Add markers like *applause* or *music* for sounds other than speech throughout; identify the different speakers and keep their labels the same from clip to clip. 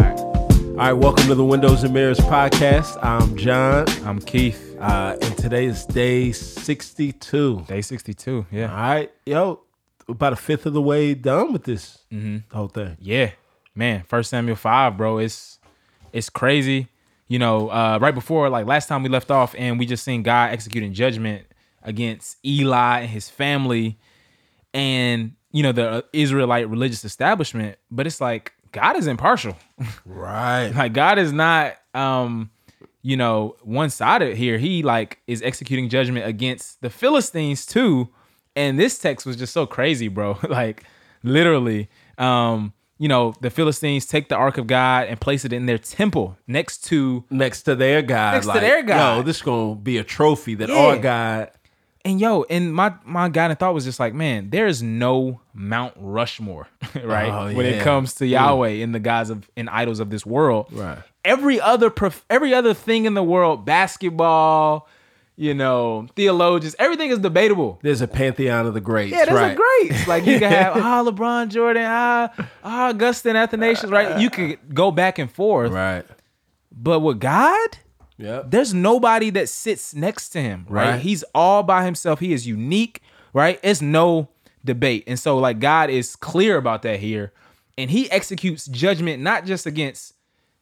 Speaker 1: All right, welcome to the Windows and Mirrors podcast. I'm John,
Speaker 2: I'm Keith.
Speaker 1: uh, and today is day 62.
Speaker 2: Day 62.
Speaker 1: All
Speaker 2: Yeah.
Speaker 1: right, yo, about a fifth of the way done with this
Speaker 2: Mhm.
Speaker 1: whole thing.
Speaker 2: Yeah. Man, First Samuel 5, bro. It's it's crazy. You know, uh, right before like last time we left off and we just seen God executing judgment against Eli and his family and you know the Israelite religious establishment, but it's like God is impartial.
Speaker 1: Right.
Speaker 2: like God is not um you know one sided here. He like is executing judgment against the Philistines too. And this text was just so crazy, bro. *laughs* like literally um you know the Philistines take the ark of God and place it in their temple next to
Speaker 1: Next to their guy.
Speaker 2: Next to their God.
Speaker 1: Yo, this going to be a trophy that
Speaker 2: Yeah.
Speaker 1: our God.
Speaker 2: and yo and my my guiding thought was just like man there is no Mount Rushmore *laughs* right
Speaker 1: Oh,
Speaker 2: when
Speaker 1: yeah.
Speaker 2: it comes to Yahweh and the gods of and idols of this world
Speaker 1: Right.
Speaker 2: every other prof- every other thing in the world basketball you know theologians everything is debatable
Speaker 1: There's a pantheon of the greats.
Speaker 2: yeah there's
Speaker 1: right.
Speaker 2: a great like
Speaker 1: *laughs*
Speaker 2: you can have ah lebron jordan ah, ah augustin athanasius right you could go back and forth
Speaker 1: Uh, Right.
Speaker 2: but with god
Speaker 1: Yep.
Speaker 2: there's nobody that sits next to him, right?
Speaker 1: Right.
Speaker 2: He's all by himself. He is unique, right? It's no debate. And so, like, God is clear about that here. And he executes judgment not just against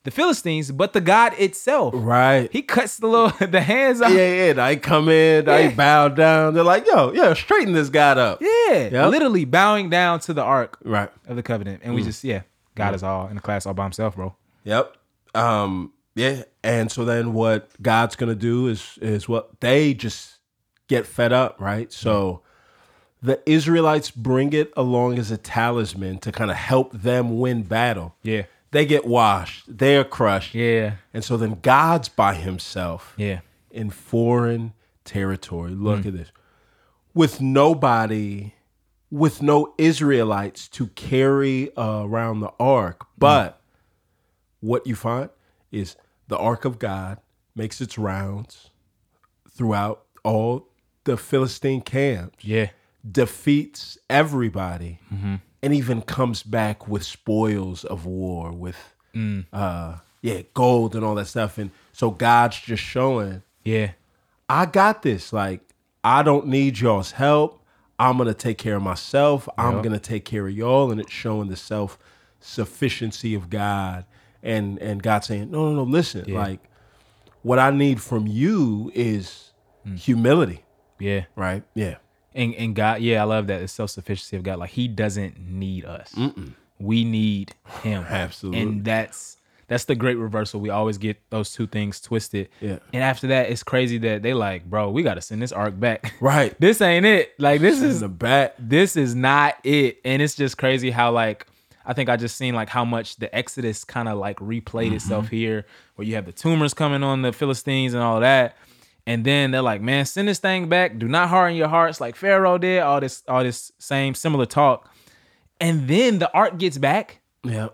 Speaker 2: the Philistines, but the God itself.
Speaker 1: Right.
Speaker 2: He cuts the little *laughs* the hands off. Yeah.
Speaker 1: yeah, yeah. They come in, they
Speaker 2: Yeah.
Speaker 1: bow down. They're like, yo, yeah, straighten this guy up. Yep.
Speaker 2: Literally bowing down to the ark
Speaker 1: Right.
Speaker 2: of the covenant. And we just, yeah, God is all in the class all by himself, bro.
Speaker 1: Yep. Um, yeah. And so then what God's gonna do is is what they just get fed up, right? So the Israelites bring it along as a talisman to kind of help them win battle.
Speaker 2: Yeah.
Speaker 1: They get washed, they're crushed.
Speaker 2: Yeah.
Speaker 1: And so then God's by himself
Speaker 2: Yeah.
Speaker 1: in foreign territory. Look at this. With nobody, with no Israelites to carry uh, around the ark. But what you find is the ark of God makes its rounds throughout all the Philistine camps,
Speaker 2: Yeah.
Speaker 1: defeats everybody, and even comes back with spoils of war, with uh, yeah, gold and all that stuff. And so God's just showing
Speaker 2: Yeah.
Speaker 1: I got this. Like, I don't need y'all's help. I'm gonna take care of myself. I'm gonna take care of y'all. And it's showing the self sufficiency of God and and God saying, No, no, no, listen, like what I need from you is
Speaker 2: Hmm.
Speaker 1: humility.
Speaker 2: Yeah.
Speaker 1: Right? Yeah.
Speaker 2: And and God, yeah, I love that. It's self sufficiency of God. Like He doesn't need us. We need Him.
Speaker 1: Absolutely.
Speaker 2: And that's that's the great reversal. We always get those two things twisted.
Speaker 1: Yeah.
Speaker 2: And after that, it's crazy that they like, bro, we gotta send this arc back.
Speaker 1: Right.
Speaker 2: *laughs* this ain't it. Like this
Speaker 1: In
Speaker 2: is
Speaker 1: the back.
Speaker 2: this is not it. And it's just crazy how like I think I just seen like how much the Exodus kind of like replayed itself here, where you have the tumors coming on the Philistines and all that. And then they're like, man, send this thing back. Do not harden your hearts like Pharaoh did. All this, all this same similar talk. And then the ark gets back,
Speaker 1: Yeah.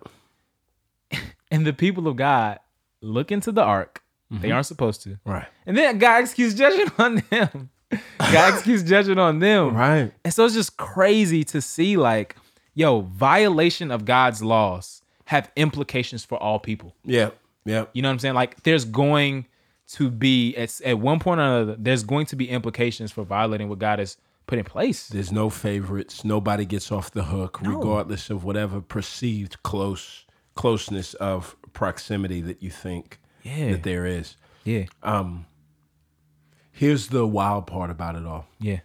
Speaker 2: and the people of God look into the ark. They aren't supposed to.
Speaker 1: Right.
Speaker 2: And then God executes judgment *laughs* on them. God executes judgment on them.
Speaker 1: Right.
Speaker 2: And so it's just crazy to see like, yo, violation of God's laws have implications for all people.
Speaker 1: Yeah. Yeah.
Speaker 2: You know what I'm saying? Like there's going to be at, at one point or another, there's going to be implications for violating what God has put in place.
Speaker 1: There's no favorites. Nobody gets off the hook, regardless of whatever perceived close closeness of proximity that you think
Speaker 2: Yeah.
Speaker 1: that there is.
Speaker 2: Yeah.
Speaker 1: Here's the wild part about it all.
Speaker 2: Yeah.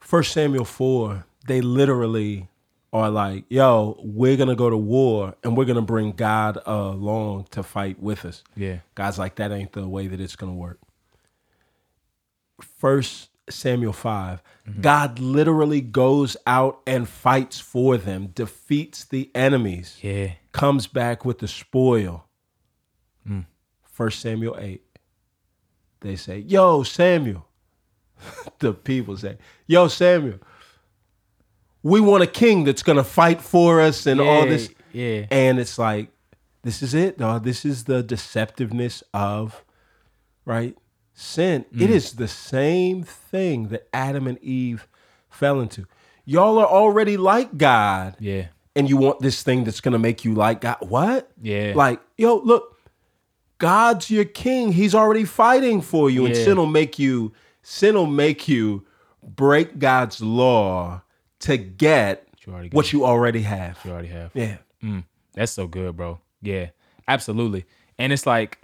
Speaker 1: First Samuel four, they literally are like, "Yo, we're gonna go to war, and we're gonna bring God along to fight with us."
Speaker 2: Yeah.
Speaker 1: God's like, "That ain't the way that it's gonna work." First Samuel 5 God literally goes out and fights for them, defeats the enemies,
Speaker 2: Yeah.
Speaker 1: comes back with the spoil.
Speaker 2: Hmm.
Speaker 1: First Samuel eight, they say, "Yo, Samuel." *laughs* the people say, "Yo, Samuel, we want a king that's gonna fight for us and all
Speaker 2: Yeah,
Speaker 1: this."
Speaker 2: yeah.
Speaker 1: and it's like, this is it, dog. This is the deceptiveness of, right, sin.
Speaker 2: Mm.
Speaker 1: It is the same thing that Adam and Eve fell into. Y'all are already like God
Speaker 2: Yeah.
Speaker 1: and you want this thing that's gonna make you like God. What?
Speaker 2: Yeah.
Speaker 1: Like, yo, look, God's your king. He's already fighting for you. And
Speaker 2: Yeah.
Speaker 1: sin will make you, sin will make you break God's law to get
Speaker 2: You already got
Speaker 1: what you already have.
Speaker 2: You already have.
Speaker 1: Yeah.
Speaker 2: Mm, that's so good, bro. Yeah, absolutely. And it's like,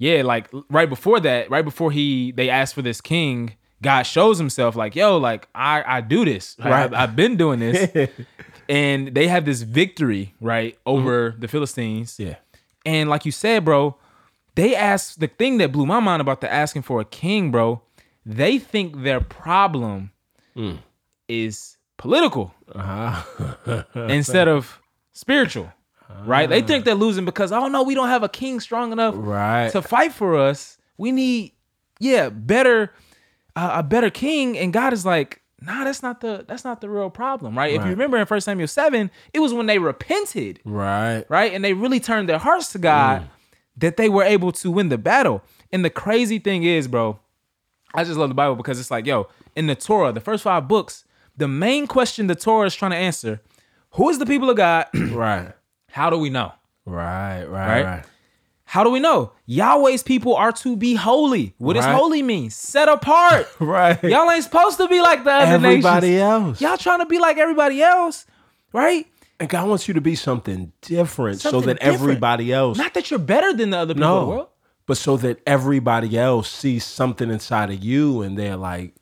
Speaker 2: yeah, like right before that, right before he they asked for this king, God shows himself like, yo, like I I do this, right?
Speaker 1: Right.
Speaker 2: I, have been doing this, *laughs* and they have this victory right over the Philistines.
Speaker 1: Yeah.
Speaker 2: And like you said, bro, they asked the thing that blew my mind about the asking for a king, bro. They think their problem is political instead of spiritual, right? They think they're losing because oh no, we don't have a king strong enough
Speaker 1: Right.
Speaker 2: to fight for us. We need yeah better uh, a better king, and God is like. Nah, that's not the that's not the real problem, right? If you
Speaker 1: Right.
Speaker 2: remember in 1 Samuel 7, it was when they repented
Speaker 1: right.
Speaker 2: right? And they really turned their hearts to God that they were able to win the battle. And the crazy thing is, bro, I just love the Bible because it's like, yo, in the Torah, the first five books, the main question the Torah is trying to answer who is the people of God? *clears throat*
Speaker 1: Right.
Speaker 2: How do we know?
Speaker 1: Right. Right.
Speaker 2: Right?
Speaker 1: Right.
Speaker 2: How do we know? Yahweh's people are to be holy. What does
Speaker 1: Right.
Speaker 2: holy mean? Set apart.
Speaker 1: *laughs* Right.
Speaker 2: Y'all ain't supposed to be like the other
Speaker 1: Everybody
Speaker 2: nations.
Speaker 1: else.
Speaker 2: Y'all trying to be like everybody else, right?
Speaker 1: And God wants you to be something different so
Speaker 2: Something
Speaker 1: that
Speaker 2: different.
Speaker 1: everybody else
Speaker 2: Not that you're better than the other people of the world.
Speaker 1: No, but so that everybody else sees something inside of you and they're like,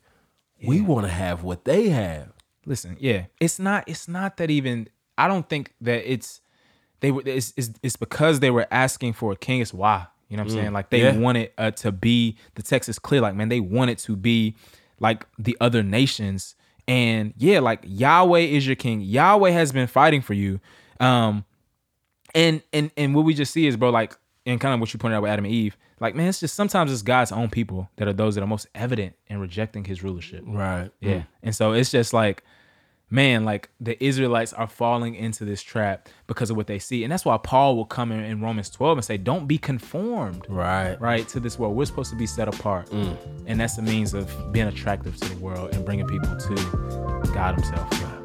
Speaker 1: we want to have what they have.
Speaker 2: listen yeah it's not it's not that even i don't think that it's they were it's it's, it's because they were asking for a king it's why you know what i'm saying like they
Speaker 1: yeah.
Speaker 2: wanted uh, to be the text is clear like man they wanted to be like the other nations and yeah like yahweh is your king yahweh has been fighting for you um and and and what we just see is bro like and kind of what you pointed out with adam and eve like man it's just sometimes it's god's own people that are those that are most evident in rejecting his rulership
Speaker 1: Right.
Speaker 2: yeah. And so it's just like, man, like the Israelites are falling into this trap because of what they see. And that's why Paul will come in, in Romans 12 and say, don't be conformed,
Speaker 1: Right.
Speaker 2: right, Mm. to this world. We're supposed to be set apart. And that's the means of being attractive to the world and bringing people to God Himself.